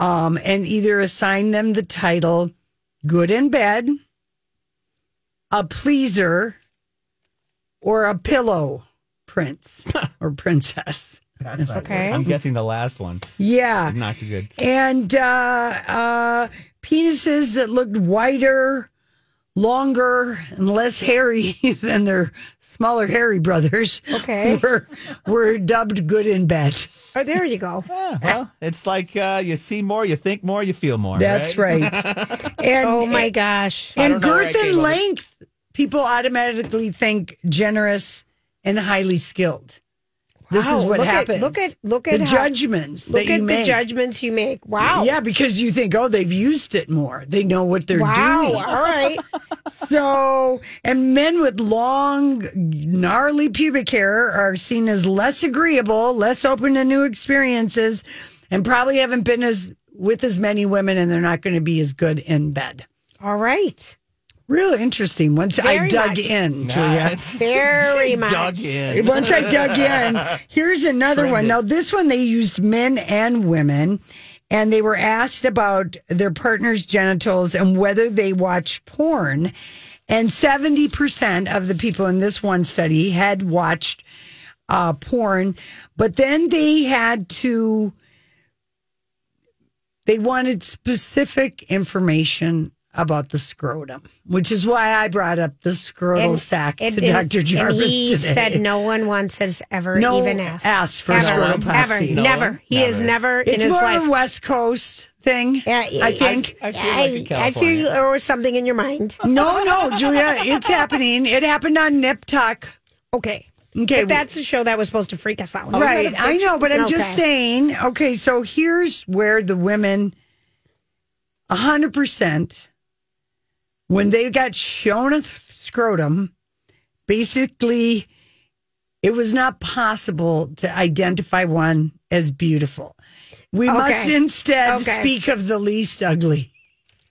Speaker 2: um, and either assign them the title good in bed a pleaser or a pillow prince or princess
Speaker 1: Okay.
Speaker 4: I'm guessing the last one
Speaker 2: yeah
Speaker 4: not too good.
Speaker 2: and uh, uh, penises that looked wider, longer and less hairy than their smaller hairy brothers
Speaker 1: Okay.
Speaker 2: were were dubbed good in bed.
Speaker 1: Oh, there you go.
Speaker 4: Yeah, well, it's like uh, you see more, you think more, you feel more.
Speaker 2: That's
Speaker 4: right.
Speaker 2: right. and
Speaker 1: Oh my gosh.
Speaker 4: I
Speaker 2: and
Speaker 4: don't know where I
Speaker 2: girth and
Speaker 4: came up with-
Speaker 2: length, people automatically think generous and highly skilled. This is
Speaker 1: Wow,
Speaker 2: what
Speaker 1: look at-
Speaker 2: happens.
Speaker 1: look at- look
Speaker 2: the
Speaker 1: at how-
Speaker 2: judgments.
Speaker 1: Look
Speaker 2: that
Speaker 1: at
Speaker 2: you
Speaker 1: the
Speaker 2: make.
Speaker 1: judgments you make. Wow.
Speaker 2: Yeah, because you think, oh, they've used it more. They know what they're
Speaker 1: Wow.
Speaker 2: doing.
Speaker 1: All right.
Speaker 2: So, and men with long, gnarly pubic hair are seen as less agreeable, less open to new experiences, and probably haven't been as with as many women, and they're not going to be as good in bed.
Speaker 1: All right.
Speaker 2: Real interesting. Once I
Speaker 1: Very
Speaker 2: dug
Speaker 1: much.
Speaker 2: in, Julia.
Speaker 1: Very much.
Speaker 4: Dug in.
Speaker 2: Once I dug in, here's another one. Now, this one they used men and women, and they were asked about their partner's genitals and whether they watch porn. And 70% of the people in this one study had watched uh, porn, but then they had to, they wanted specific information about the scrotum, which is why I brought up the scrotal sac to Dr. Jarvis
Speaker 1: and he
Speaker 2: today.
Speaker 1: said no one once has ever
Speaker 2: No
Speaker 1: even asked.
Speaker 2: asked for
Speaker 1: ever,
Speaker 2: sclerotoplasty.
Speaker 1: Ever,
Speaker 4: No,
Speaker 1: never. He has never in
Speaker 2: it's
Speaker 1: his
Speaker 2: more
Speaker 1: life.
Speaker 2: a West Coast thing,
Speaker 1: Yeah,
Speaker 2: I think.
Speaker 4: I feel like in
Speaker 1: I feel you, or something in your mind.
Speaker 2: no, no, Julia, it's happening. It happened on Nip Tuck.
Speaker 1: Okay.
Speaker 2: Okay,
Speaker 1: But that's a show that was supposed to freak us out.
Speaker 2: right. I know, but I'm just
Speaker 1: Okay.
Speaker 2: saying. Okay, so here's where the women, hundred percent, when they got shown a th- scrotum, basically, it was not possible to identify one as beautiful. We must
Speaker 1: Okay.
Speaker 2: instead
Speaker 1: Okay.
Speaker 2: speak of the least ugly.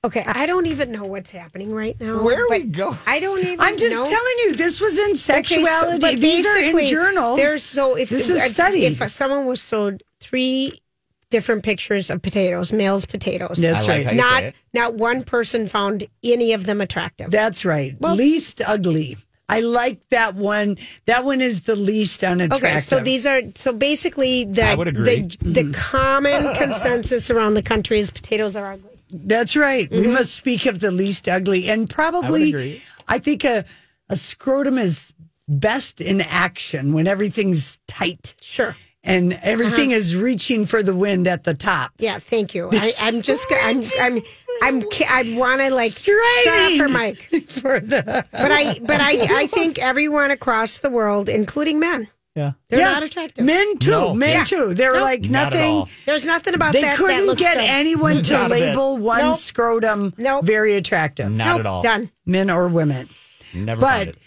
Speaker 1: Okay, I don't even know what's happening right now.
Speaker 4: Where are we
Speaker 1: but
Speaker 4: going?
Speaker 1: I don't even.
Speaker 2: I'm just
Speaker 1: know.
Speaker 2: telling you, this was in
Speaker 1: Okay, so-
Speaker 2: sexuality.
Speaker 1: but
Speaker 2: These are in
Speaker 1: basically,
Speaker 2: journals.
Speaker 1: There's so if
Speaker 2: this is
Speaker 1: if-
Speaker 2: studied.
Speaker 1: If someone was sold three different pictures of potatoes, males potatoes.
Speaker 2: That's
Speaker 4: I like
Speaker 2: right.
Speaker 4: how you say
Speaker 1: Not
Speaker 4: it.
Speaker 1: not one person found any of them attractive.
Speaker 2: That's right. least ugly. I like that one. That one is the least unattractive.
Speaker 1: Okay, so these are so basically the
Speaker 4: I would agree. Mm-hmm.
Speaker 1: the the common consensus around the country is potatoes are ugly.
Speaker 2: That's right. We
Speaker 1: Mm-hmm.
Speaker 2: must speak of the least ugly, and probably
Speaker 4: agree.
Speaker 2: I think a a scrotum is best in action when everything's tight
Speaker 1: Sure.
Speaker 2: and everything
Speaker 1: Uh-huh.
Speaker 2: is reaching for the wind at the top.
Speaker 1: Yeah, thank you. I, I'm just go- I'm I'm I'm ki- I want to like shut up for Mike,
Speaker 2: For the
Speaker 1: but I but I I think everyone across the world, including men,
Speaker 4: Yeah.
Speaker 1: they're
Speaker 2: Yeah.
Speaker 1: not attractive.
Speaker 2: men too,
Speaker 4: No.
Speaker 2: men
Speaker 4: Yeah.
Speaker 2: too. They were like
Speaker 4: Not at
Speaker 2: nothing.
Speaker 4: all.
Speaker 1: There's nothing about
Speaker 2: They
Speaker 1: that. that
Speaker 2: couldn't
Speaker 1: looks
Speaker 2: get
Speaker 1: good.
Speaker 2: anyone to
Speaker 4: Not a bit.
Speaker 2: label one
Speaker 1: Nope.
Speaker 2: scrotum
Speaker 1: Nope.
Speaker 2: very attractive,
Speaker 4: Not
Speaker 1: Nope,
Speaker 4: at all.
Speaker 1: Done.
Speaker 2: men or women.
Speaker 4: Never
Speaker 2: But-
Speaker 4: found it.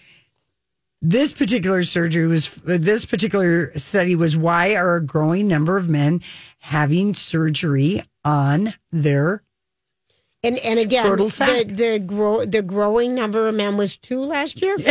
Speaker 2: This particular surgery was this particular study was why are a growing number of men having surgery on their
Speaker 1: And and again,
Speaker 2: Scrotal sac.
Speaker 1: the the grow the growing number of men was two last year.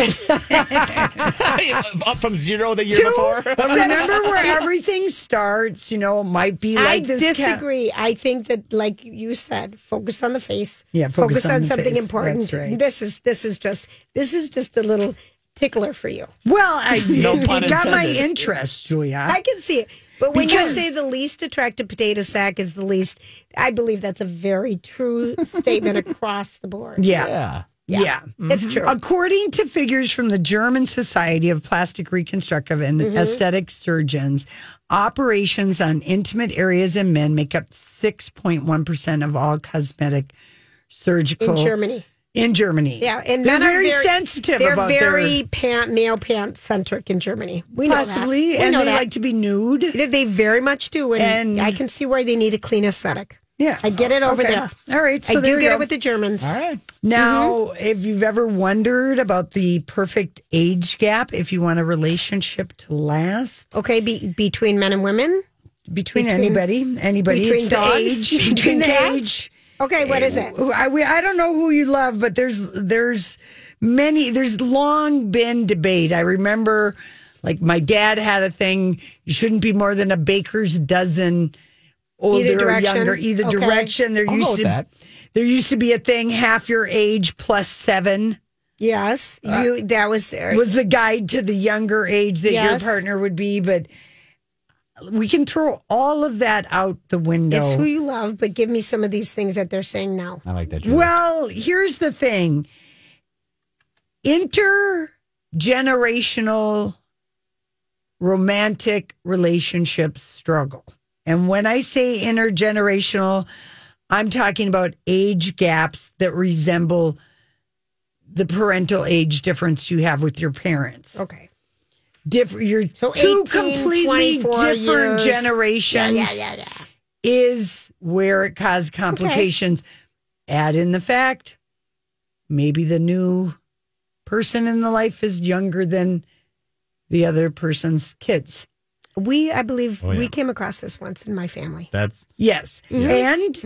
Speaker 4: Up from zero the year
Speaker 2: Two-
Speaker 4: before.
Speaker 2: But remember where everything starts, you know, might be like
Speaker 1: I
Speaker 2: this ca-
Speaker 1: disagree. I think that, like you said, focus on the face.
Speaker 2: Yeah,
Speaker 1: focus,
Speaker 2: focus
Speaker 1: on,
Speaker 2: on the
Speaker 1: something
Speaker 2: face.
Speaker 1: important.
Speaker 2: That's right.
Speaker 1: This is this is just this is just a little tickler for you.
Speaker 2: Well, I
Speaker 4: No pun
Speaker 2: it got my
Speaker 4: intended.
Speaker 2: interest, Julia.
Speaker 1: I can see it. But when
Speaker 2: Because-
Speaker 1: you say the least attractive potato sack is the least, I believe that's a very true statement across the board.
Speaker 2: yeah.
Speaker 4: yeah.
Speaker 2: Yeah. Mm-hmm.
Speaker 1: It's true.
Speaker 2: According to figures from the German Society of Plastic Reconstructive and
Speaker 1: Mm-hmm.
Speaker 2: Aesthetic Surgeons, operations on intimate areas in men make up 6.1% of all cosmetic surgical
Speaker 1: in Germany.
Speaker 2: in Germany.
Speaker 1: Yeah, and
Speaker 2: they're
Speaker 1: men are
Speaker 2: very, sensitive
Speaker 1: They're
Speaker 2: about
Speaker 1: very
Speaker 2: their
Speaker 1: pant, male pants centric in Germany. We
Speaker 2: possibly,
Speaker 1: know that. We
Speaker 2: and
Speaker 1: know
Speaker 2: they
Speaker 1: that.
Speaker 2: like to be nude.
Speaker 1: They very much do, and,
Speaker 2: And-
Speaker 1: I can see why they need a clean aesthetic.
Speaker 2: Yeah,
Speaker 1: I get it over
Speaker 2: Okay.
Speaker 1: there.
Speaker 2: All right, so
Speaker 1: I
Speaker 2: there
Speaker 1: do
Speaker 2: you
Speaker 1: get
Speaker 2: go.
Speaker 1: it with the Mm-hmm. Germans.
Speaker 4: All right.
Speaker 2: Now, if you've ever wondered about the perfect age gap, if you want a relationship to last
Speaker 1: Okay, be, between men and women.
Speaker 2: between,
Speaker 1: Between-
Speaker 2: anybody, anybody,
Speaker 1: between
Speaker 2: it's the
Speaker 1: dogs?
Speaker 2: age,
Speaker 1: Between
Speaker 2: between the
Speaker 1: cats?
Speaker 2: age.
Speaker 1: Okay, what is it?
Speaker 2: Who- I, we, I don't know who you love, but there's there's many there's long been debate. I remember, like my dad had a thing. You shouldn't be more than a baker's dozen. Older or
Speaker 1: direction?
Speaker 2: younger, either
Speaker 1: Okay.
Speaker 2: direction. There
Speaker 4: I'll go
Speaker 2: used
Speaker 4: with
Speaker 2: to
Speaker 4: that.
Speaker 2: there used to be a thing half your age plus seven
Speaker 1: Yes,
Speaker 2: uh,
Speaker 1: you. That was uh,
Speaker 2: was the guide to the younger age that
Speaker 1: Yes.
Speaker 2: your partner would be, but we can throw all of that out the window.
Speaker 1: it's who you love, but give me some of these things that they're saying now.
Speaker 4: I like that. Julie.
Speaker 2: Well, here's the thing. intergenerational romantic relationships struggle. And when I say intergenerational, I'm talking about age gaps that resemble the parental age difference you have with your parents.
Speaker 1: Okay.
Speaker 2: Different, you're
Speaker 1: So
Speaker 2: two
Speaker 1: 18,
Speaker 2: completely
Speaker 1: 24
Speaker 2: different
Speaker 1: years.
Speaker 2: generations
Speaker 1: Yeah, yeah, yeah, yeah.
Speaker 2: is where it caused complications. Add in the fact maybe the new person in the life is younger than the other person's kids.
Speaker 1: We, I believe,
Speaker 4: Oh, yeah.
Speaker 1: we came across this once in my family.
Speaker 4: That's
Speaker 2: Yes. And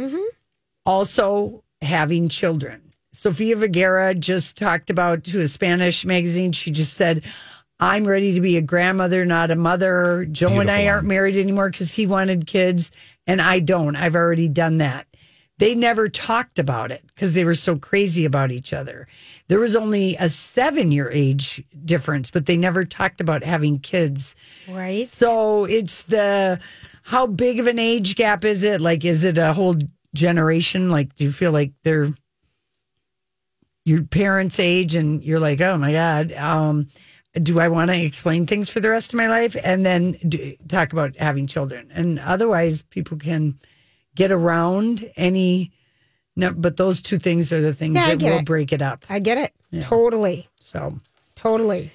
Speaker 2: also having children. Sophia Vergara just talked about to a Spanish magazine. She just said, I'm ready to be a grandmother, not a mother. Joe and I
Speaker 4: Beautiful.
Speaker 2: aren't married anymore because he wanted kids, and I don't. I've already done that. They never talked about it because they were so crazy about each other. There was only a seven year age difference, but they never talked about having kids.
Speaker 1: Right.
Speaker 2: So it's the how big of an age gap is it? Like, is it a whole generation? Like, do you feel like they're your parents' age and you're like, oh my God, um, do I want to explain things for the rest of my life? And then do, talk about having children. And otherwise, people can get around any. No, but those two things are the things
Speaker 1: Yeah, I
Speaker 2: that
Speaker 1: get
Speaker 2: will
Speaker 1: it.
Speaker 2: break it up.
Speaker 1: I get it. Totally.
Speaker 2: So
Speaker 1: Totally.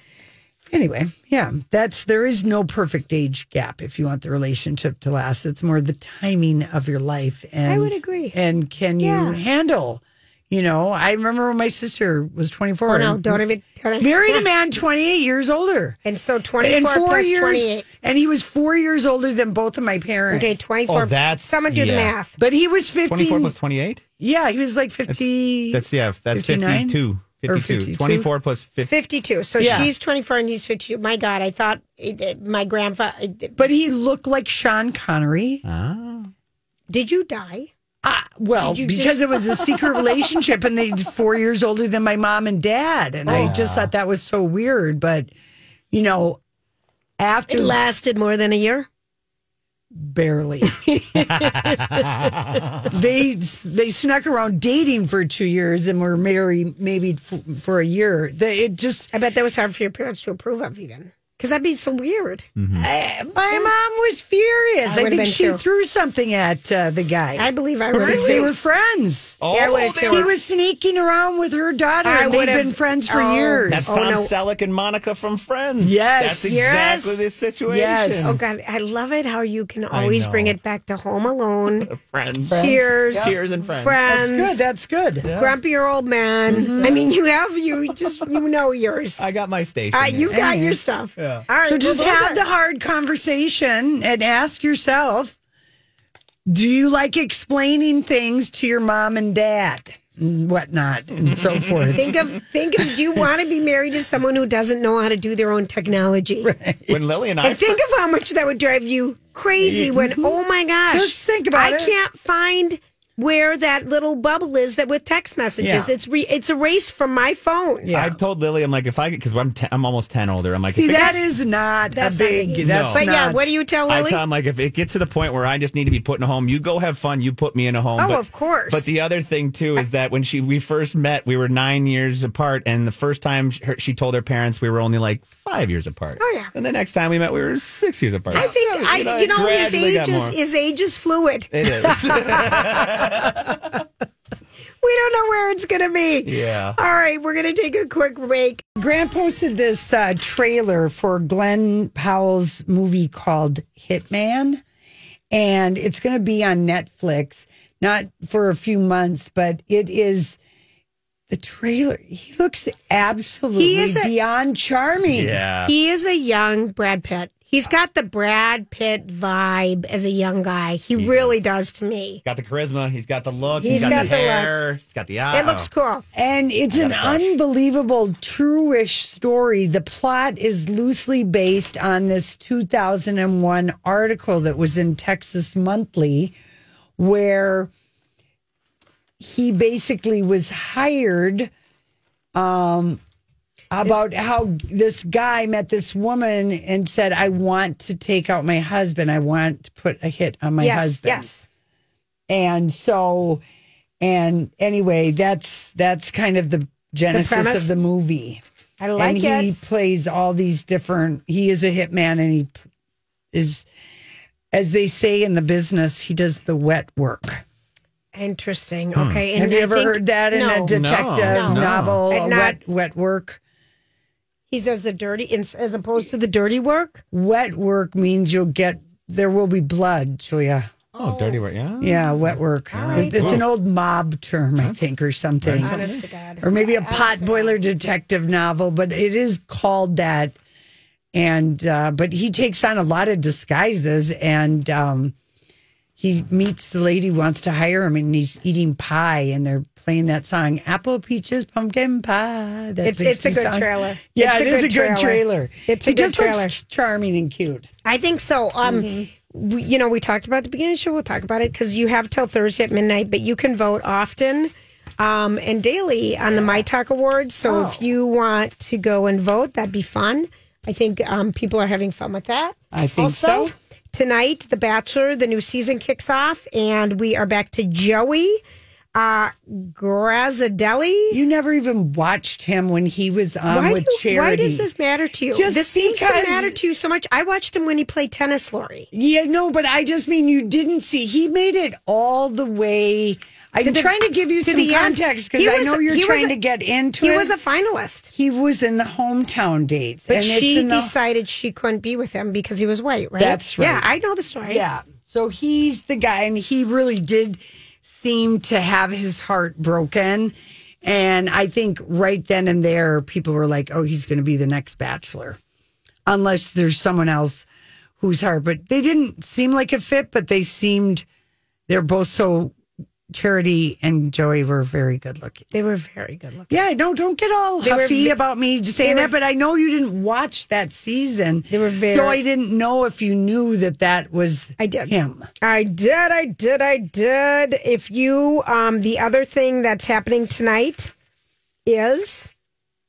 Speaker 2: anyway, yeah, that's there is no perfect age gap if you want the relationship to last. It's more the timing of your life and
Speaker 1: would agree.
Speaker 2: And can you
Speaker 1: Yeah.
Speaker 2: handle? You know, I remember when my sister was 24.
Speaker 1: Oh, no,
Speaker 2: and
Speaker 1: don't even. Don't even-
Speaker 2: married a man 28 years older.
Speaker 1: And so 24 plus 28.
Speaker 2: and he was 4 years older than both of my parents.
Speaker 1: Okay, 24.
Speaker 4: Oh, that's-
Speaker 1: Someone do the
Speaker 4: yeah.
Speaker 1: math.
Speaker 2: but he was 15.
Speaker 4: 24 plus 28?
Speaker 2: yeah, he was like 50.
Speaker 4: That's, yeah, that's
Speaker 2: 59?
Speaker 4: 52.
Speaker 2: Or
Speaker 4: 52.
Speaker 2: 52?
Speaker 4: 24 plus 50.
Speaker 1: 52. So
Speaker 2: Yeah.
Speaker 1: she's 24 and he's 52. My God, I thought it- it- my eh, grandfather.
Speaker 2: but he looked like Sean Connery.
Speaker 1: Did you die?
Speaker 2: Uh, well,
Speaker 1: Did you
Speaker 2: because
Speaker 1: just-
Speaker 2: it was a secret relationship, and they four years older than my mom and dad, and I
Speaker 4: Oh.
Speaker 2: just thought that was so weird. But you know, after
Speaker 1: It lasted more than a year.
Speaker 2: barely, they they snuck around dating for two years and were married maybe for, for a year. They, it just
Speaker 1: I bet that was hard for your parents to approve of, even. Because that'd be so weird.
Speaker 4: Mm.
Speaker 2: I, my mom was furious.
Speaker 1: I
Speaker 2: I,
Speaker 1: would've been
Speaker 2: think she
Speaker 1: too.
Speaker 2: threw something at uh, the guy
Speaker 1: I believe I would have.
Speaker 2: because they were friends.
Speaker 4: Oh,
Speaker 1: Yeah, I would've
Speaker 4: they
Speaker 1: too.
Speaker 2: He
Speaker 4: were-
Speaker 2: was sneaking around with her daughter.
Speaker 1: I
Speaker 2: and They'd
Speaker 1: would've-
Speaker 2: been friends for
Speaker 1: oh.
Speaker 2: years.
Speaker 4: That's
Speaker 1: Oh,
Speaker 4: Tom
Speaker 1: no.
Speaker 4: Selleck and Monica from Friends.
Speaker 2: Yes.
Speaker 4: That's exactly
Speaker 2: Yes.
Speaker 4: the situation.
Speaker 2: Yes.
Speaker 1: Oh, God. I love it how you can always bring
Speaker 4: know.
Speaker 1: it back to Home Alone,
Speaker 4: Friends.
Speaker 1: Cheers,
Speaker 4: Cheers and Friends.
Speaker 1: Friends,
Speaker 2: That's good. That's Mm-hmm. good.
Speaker 1: Grumpy Old Man. I mean, you have, you just, you know yours.
Speaker 4: I got my station.
Speaker 1: Uh,
Speaker 4: here.
Speaker 1: you've got your stuff. All right.
Speaker 2: So just
Speaker 1: well, those
Speaker 2: have
Speaker 1: are-
Speaker 2: the hard conversation and ask yourself do you like explaining things to your mom and dad and whatnot and so forth?
Speaker 1: Think of think of do you want to be married to someone who doesn't know how to do their own technology?
Speaker 4: when Lily and I
Speaker 1: And think of how much that would drive you crazy when oh my gosh.
Speaker 2: Mm-hmm. Just think about
Speaker 1: I
Speaker 2: it.
Speaker 1: can't find where that little bubble is that with text messages.
Speaker 2: Yeah.
Speaker 1: It's re, it's erased from my phone.
Speaker 2: Yeah.
Speaker 4: I've told Lily, I'm like, if I because I'm te- I'm almost ten older. I'm like,
Speaker 2: See,
Speaker 4: if it
Speaker 2: that
Speaker 4: gets-
Speaker 2: is not
Speaker 1: That's
Speaker 2: a
Speaker 1: not-
Speaker 2: big. That's
Speaker 1: But yeah,
Speaker 2: not-
Speaker 1: what do you tell
Speaker 4: I
Speaker 1: Lily?
Speaker 4: tell him like, if it gets to the point where I just need to be put in a home, you go have fun. You put me in a home.
Speaker 1: Oh, of course.
Speaker 4: But the other thing too is that when she we first met, we were nine years apart, and the first time she, her, she told her parents, we were only like five years apart.
Speaker 1: Oh, yeah.
Speaker 4: And the next time we met, we were six years apart.
Speaker 1: I think
Speaker 4: So,
Speaker 1: I, you
Speaker 4: it
Speaker 1: know his
Speaker 4: gradually
Speaker 1: age
Speaker 4: got
Speaker 1: is
Speaker 4: more.
Speaker 1: his age is fluid.
Speaker 4: It is.
Speaker 1: We don't know where it's gonna be.
Speaker 4: Yeah.
Speaker 1: All right, we're gonna take a quick break.
Speaker 2: Grant posted this uh, trailer for Glenn Powell's movie called Hitman, and it's going to be on Netflix, not for a few months, but it is the trailer. He looks absolutely
Speaker 1: He is a-
Speaker 2: beyond charming.
Speaker 4: yeah.
Speaker 1: He is a young Brad Pitt. He's got the Brad Pitt vibe as a young guy. He, really does to me.
Speaker 4: Got the charisma. He's got the look.
Speaker 1: He's
Speaker 4: he's got,
Speaker 1: got
Speaker 4: the
Speaker 1: the
Speaker 4: hair.
Speaker 1: looks.
Speaker 4: He's got the ah. eye.
Speaker 1: It looks cool.
Speaker 2: And it's an unbelievable, truish story. The plot is loosely based on this 2001 article that was in Texas Monthly, where he basically was hired um, about how this guy met this woman and said, I want to take out my husband. I want to put a hit on my
Speaker 1: yes,
Speaker 2: husband
Speaker 1: yes.
Speaker 2: and so and anyway that's that's kind of the genesis
Speaker 1: premise?
Speaker 2: of the movie
Speaker 1: I like
Speaker 2: and he
Speaker 1: it.
Speaker 2: plays all these different. He is a hitman, and he p- is, as they say in the business, he does the wet work.
Speaker 1: Interesting. Okay. And
Speaker 2: Hmm. Have you
Speaker 1: I
Speaker 2: ever
Speaker 1: think-
Speaker 2: heard that in
Speaker 1: no.
Speaker 2: a detective
Speaker 4: No, no.
Speaker 2: novel?
Speaker 1: And
Speaker 2: a
Speaker 1: not-
Speaker 2: wet wet work.
Speaker 1: He does the dirty ins- as opposed to the dirty work.
Speaker 2: Wet work means you'll get there will be blood, Julia.
Speaker 4: Oh, dirty work. Yeah.
Speaker 2: Yeah, wet work. It's, it's an old mob term, I think, or something.
Speaker 1: Honest to God.
Speaker 2: or maybe a potboiler detective novel, but it is called that. And uh, but he takes on a lot of disguises, and um, he meets the lady who wants to hire him, and he's eating pie, and they're playing that song, apple peaches pumpkin pie. That
Speaker 1: It's- it's a
Speaker 2: 60s
Speaker 1: good
Speaker 2: song.
Speaker 1: trailer.
Speaker 2: Yeah,
Speaker 1: It's
Speaker 2: it
Speaker 1: a
Speaker 2: is
Speaker 1: good
Speaker 2: a good
Speaker 1: trailer.
Speaker 2: trailer.
Speaker 1: It's a
Speaker 2: he
Speaker 1: good
Speaker 2: just looks
Speaker 1: trailer.
Speaker 2: charming and cute.
Speaker 1: I think so. Um,
Speaker 2: Mm-hmm.
Speaker 1: we, you know, we talked about at the beginning of the show. We'll talk about it because you have till Thursday at midnight, but you can vote often um, and daily on the My Talk Awards. So if
Speaker 2: Oh.
Speaker 1: you want to go and vote, that'd be fun. I think um, people are having fun with that.
Speaker 2: I think
Speaker 1: also,
Speaker 2: so.
Speaker 1: Tonight, The Bachelor, the new season kicks off, and we are back to Joey uh, Grazzadelli.
Speaker 2: You never even watched him when he was on
Speaker 1: Why, do
Speaker 2: with
Speaker 1: you,
Speaker 2: Charity.
Speaker 1: why does this matter to you?
Speaker 2: Just
Speaker 1: this seems to
Speaker 2: because-
Speaker 1: matter to you so much. I watched him when he played tennis, Lori.
Speaker 2: Yeah, no, but I just mean you didn't see. He made it all the way. I'm
Speaker 1: the-
Speaker 2: trying to give you
Speaker 1: to
Speaker 2: some
Speaker 1: the end.
Speaker 2: context because
Speaker 1: He
Speaker 2: I
Speaker 1: was-
Speaker 2: know you're
Speaker 1: he was
Speaker 2: trying
Speaker 1: a-
Speaker 2: to get into
Speaker 1: He
Speaker 2: it.
Speaker 1: was a finalist.
Speaker 2: he was in the hometown dates,
Speaker 1: But
Speaker 2: and it's
Speaker 1: she
Speaker 2: in the-
Speaker 1: decided she couldn't be with him because he was white, right?
Speaker 2: That's right.
Speaker 1: Yeah, I know the story.
Speaker 2: Yeah, so he's the guy, and he really did seem to have his heart broken. And I think right then and there, people were like, "Oh, he's going to be the next bachelor," unless there's someone else who's hard. But they didn't seem like a fit, but they seemed they're both so Charity and Joey were very good looking.
Speaker 1: They were very good looking.
Speaker 2: Yeah, no, don't get all
Speaker 1: were
Speaker 2: huffy
Speaker 1: ve-
Speaker 2: about me just saying that, but I know you didn't watch that season.
Speaker 1: They were very-
Speaker 2: So I didn't know if you knew that that was
Speaker 1: I did.
Speaker 2: him.
Speaker 1: I did, I did, I did. If you, um, the other thing that's happening tonight is,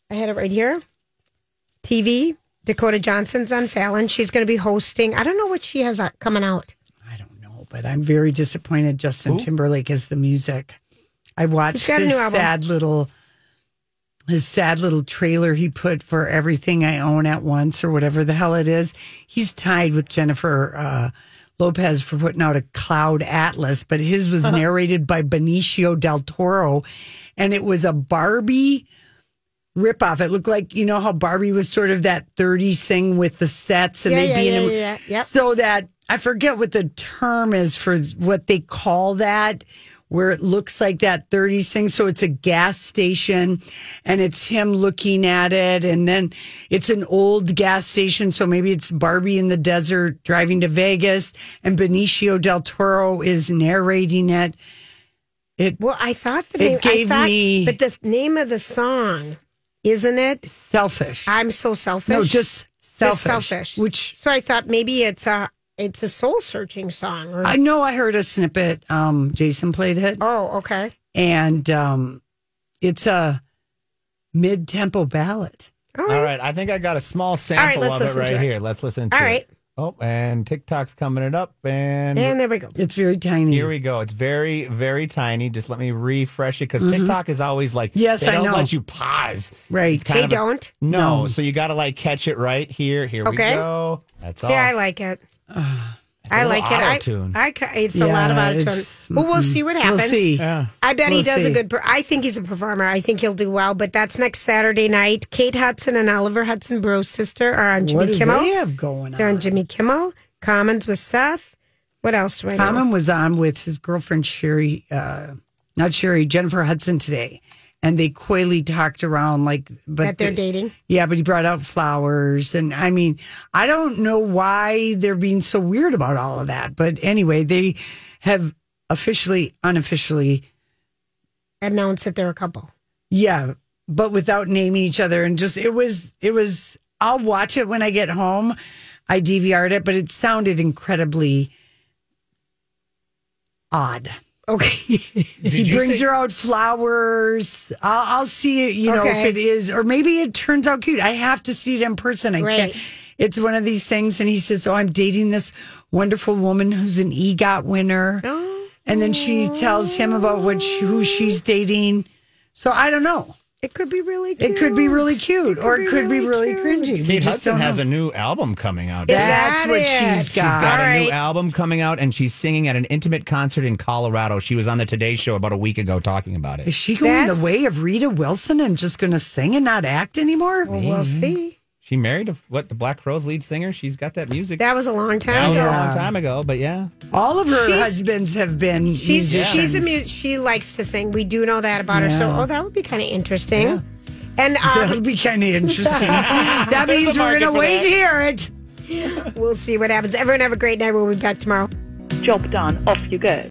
Speaker 1: I had it right here. TV Dakota Johnson's on Fallon. She's going to be hosting. I don't know what she has uh, coming out.
Speaker 2: I don't know, but I'm very disappointed. Justin Timberlake is the music. I watched
Speaker 1: got a
Speaker 2: his
Speaker 1: new album.
Speaker 2: sad little, his sad little trailer he put for everything I own at once or whatever the hell it is. He's tied with Jennifer uh, Lopez for putting out a Cloud Atlas, but his was
Speaker 1: Uh-huh.
Speaker 2: narrated by Benicio del Toro, and it was a Barbie ripoff. It looked like you know how Barbie was sort of that '30s thing with the sets and
Speaker 1: Yeah,
Speaker 2: they
Speaker 1: yeah,
Speaker 2: be in
Speaker 1: yeah,
Speaker 2: a,
Speaker 1: yeah, yeah. Yep.
Speaker 2: so that I forget what the term is for what they call that, where it looks like that 30s thing. So it's a gas station and it's him looking at it. And then it's an old gas station. So maybe it's Barbie in the desert driving to Vegas and Benicio del Toro is narrating it. It
Speaker 1: Well, I thought the
Speaker 2: It
Speaker 1: name.
Speaker 2: gave
Speaker 1: I thought,
Speaker 2: me-
Speaker 1: but the name of the song, isn't it?
Speaker 2: selfish.
Speaker 1: I'm so selfish.
Speaker 2: no, just selfish.
Speaker 1: Just selfish.
Speaker 2: Which
Speaker 1: so I thought maybe it's a it's a soul searching song. Or,
Speaker 2: I know I heard a snippet. Um, Jason played it.
Speaker 1: oh, okay.
Speaker 2: and um, it's a mid-tempo ballad.
Speaker 1: All right.
Speaker 4: All right. I think I got a small
Speaker 1: right,
Speaker 4: sample
Speaker 1: let's
Speaker 4: of it
Speaker 1: listen to it.
Speaker 4: right here. Let's listen to
Speaker 1: All
Speaker 4: it.
Speaker 1: right.
Speaker 4: Oh, and TikTok's coming it up. And,
Speaker 1: And there we go.
Speaker 2: It's very tiny.
Speaker 4: here we go. It's very, very tiny. Just let me refresh it because TikTok is always like,
Speaker 2: Mm-hmm. Yes,
Speaker 4: they
Speaker 2: I
Speaker 4: don't
Speaker 2: know.
Speaker 4: let you pause.
Speaker 2: right.
Speaker 4: kind
Speaker 1: They
Speaker 4: of a-
Speaker 1: don't.
Speaker 4: No,
Speaker 2: No.
Speaker 4: so you got to like catch it right here. Here
Speaker 1: Okay.
Speaker 4: we go. That's
Speaker 1: See,
Speaker 4: all.
Speaker 1: I like it. I
Speaker 4: a
Speaker 1: like
Speaker 4: little
Speaker 1: it. I,
Speaker 4: auto-tune.
Speaker 1: I, ca- it's a lot of
Speaker 2: Yeah,
Speaker 1: auto tune.
Speaker 2: it's-
Speaker 1: Well, we'll
Speaker 2: mhm.
Speaker 1: see what happens.
Speaker 2: We'll see.
Speaker 4: yeah.
Speaker 1: I bet he
Speaker 2: We'll
Speaker 1: does a
Speaker 2: see.
Speaker 1: good. Per- I think he's a performer. I think he'll do well. But that's next Saturday night. Kate Hudson and Oliver Hudson, Bro's sister, are on Jimmy
Speaker 2: What do
Speaker 1: Kimmel.
Speaker 2: they have going
Speaker 1: They're on
Speaker 2: on?
Speaker 1: Jimmy Kimmel. Commons with Seth. What else do I know?
Speaker 2: Common was on with his girlfriend Sherry, uh, not Sherry, Jennifer Hudson today, and they coyly talked around like, but
Speaker 1: that they're
Speaker 2: the-
Speaker 1: dating.
Speaker 2: Yeah, but he brought out flowers, and I mean, I don't know why they're being so weird about all of that. But anyway, they have officially, unofficially
Speaker 1: Announce that they're a couple.
Speaker 2: Yeah, but without naming each other and just it was it was I'll watch it when I get home. I DVR'd it, but it sounded incredibly odd.
Speaker 1: Okay.
Speaker 2: he brings her out flowers. I'll, I'll see it, you know, if
Speaker 1: Okay.
Speaker 2: it is, or maybe it turns out cute. I have to see it in person. I
Speaker 1: Right.
Speaker 2: can't. It's one of these things. And he says, Oh, I'm dating this wonderful woman who's an EGOT winner.
Speaker 1: Oh.
Speaker 2: And then she tells him about what she, who she's dating. So I don't know.
Speaker 1: It could be really cute.
Speaker 2: It could be really cute, or it could be really
Speaker 1: cute.
Speaker 2: cringy. We
Speaker 4: Kate
Speaker 2: just
Speaker 4: Hudson
Speaker 2: don't
Speaker 4: has
Speaker 2: know.
Speaker 4: a new album coming out.
Speaker 1: Is
Speaker 2: That's
Speaker 1: that
Speaker 2: what
Speaker 1: it?
Speaker 2: she's
Speaker 1: She's
Speaker 2: got.
Speaker 4: She's got
Speaker 1: All
Speaker 4: a new
Speaker 1: right.
Speaker 4: album coming out, and she's singing at an intimate concert in Colorado. She was on the Today Show about a week ago talking about
Speaker 2: Is
Speaker 4: it.
Speaker 2: she going
Speaker 1: That's-
Speaker 2: the way of Rita Wilson and just going to sing and not act anymore?
Speaker 1: Well,
Speaker 4: Oh.
Speaker 1: we'll
Speaker 2: Mm-hmm.
Speaker 1: see.
Speaker 4: She married a, what the Black Crowes lead singer. She's got that music.
Speaker 1: That was a long
Speaker 4: That
Speaker 1: time
Speaker 4: was a
Speaker 1: ago.
Speaker 4: long time ago, but yeah,
Speaker 2: All of her
Speaker 1: She's-
Speaker 2: husbands have been
Speaker 1: She's
Speaker 2: musicians.
Speaker 1: she's a mu- she likes to sing. We do know that about her. So oh, that would be kind of interesting. And
Speaker 2: That'll
Speaker 1: um,
Speaker 2: be kind of interesting. that
Speaker 4: There's
Speaker 2: means
Speaker 4: a
Speaker 2: we're
Speaker 4: market
Speaker 2: going to
Speaker 4: for
Speaker 2: wait
Speaker 4: that.
Speaker 2: to hear it.
Speaker 1: we'll see what happens. Everyone have a great night. We'll be back tomorrow.
Speaker 8: Job done. Off you go.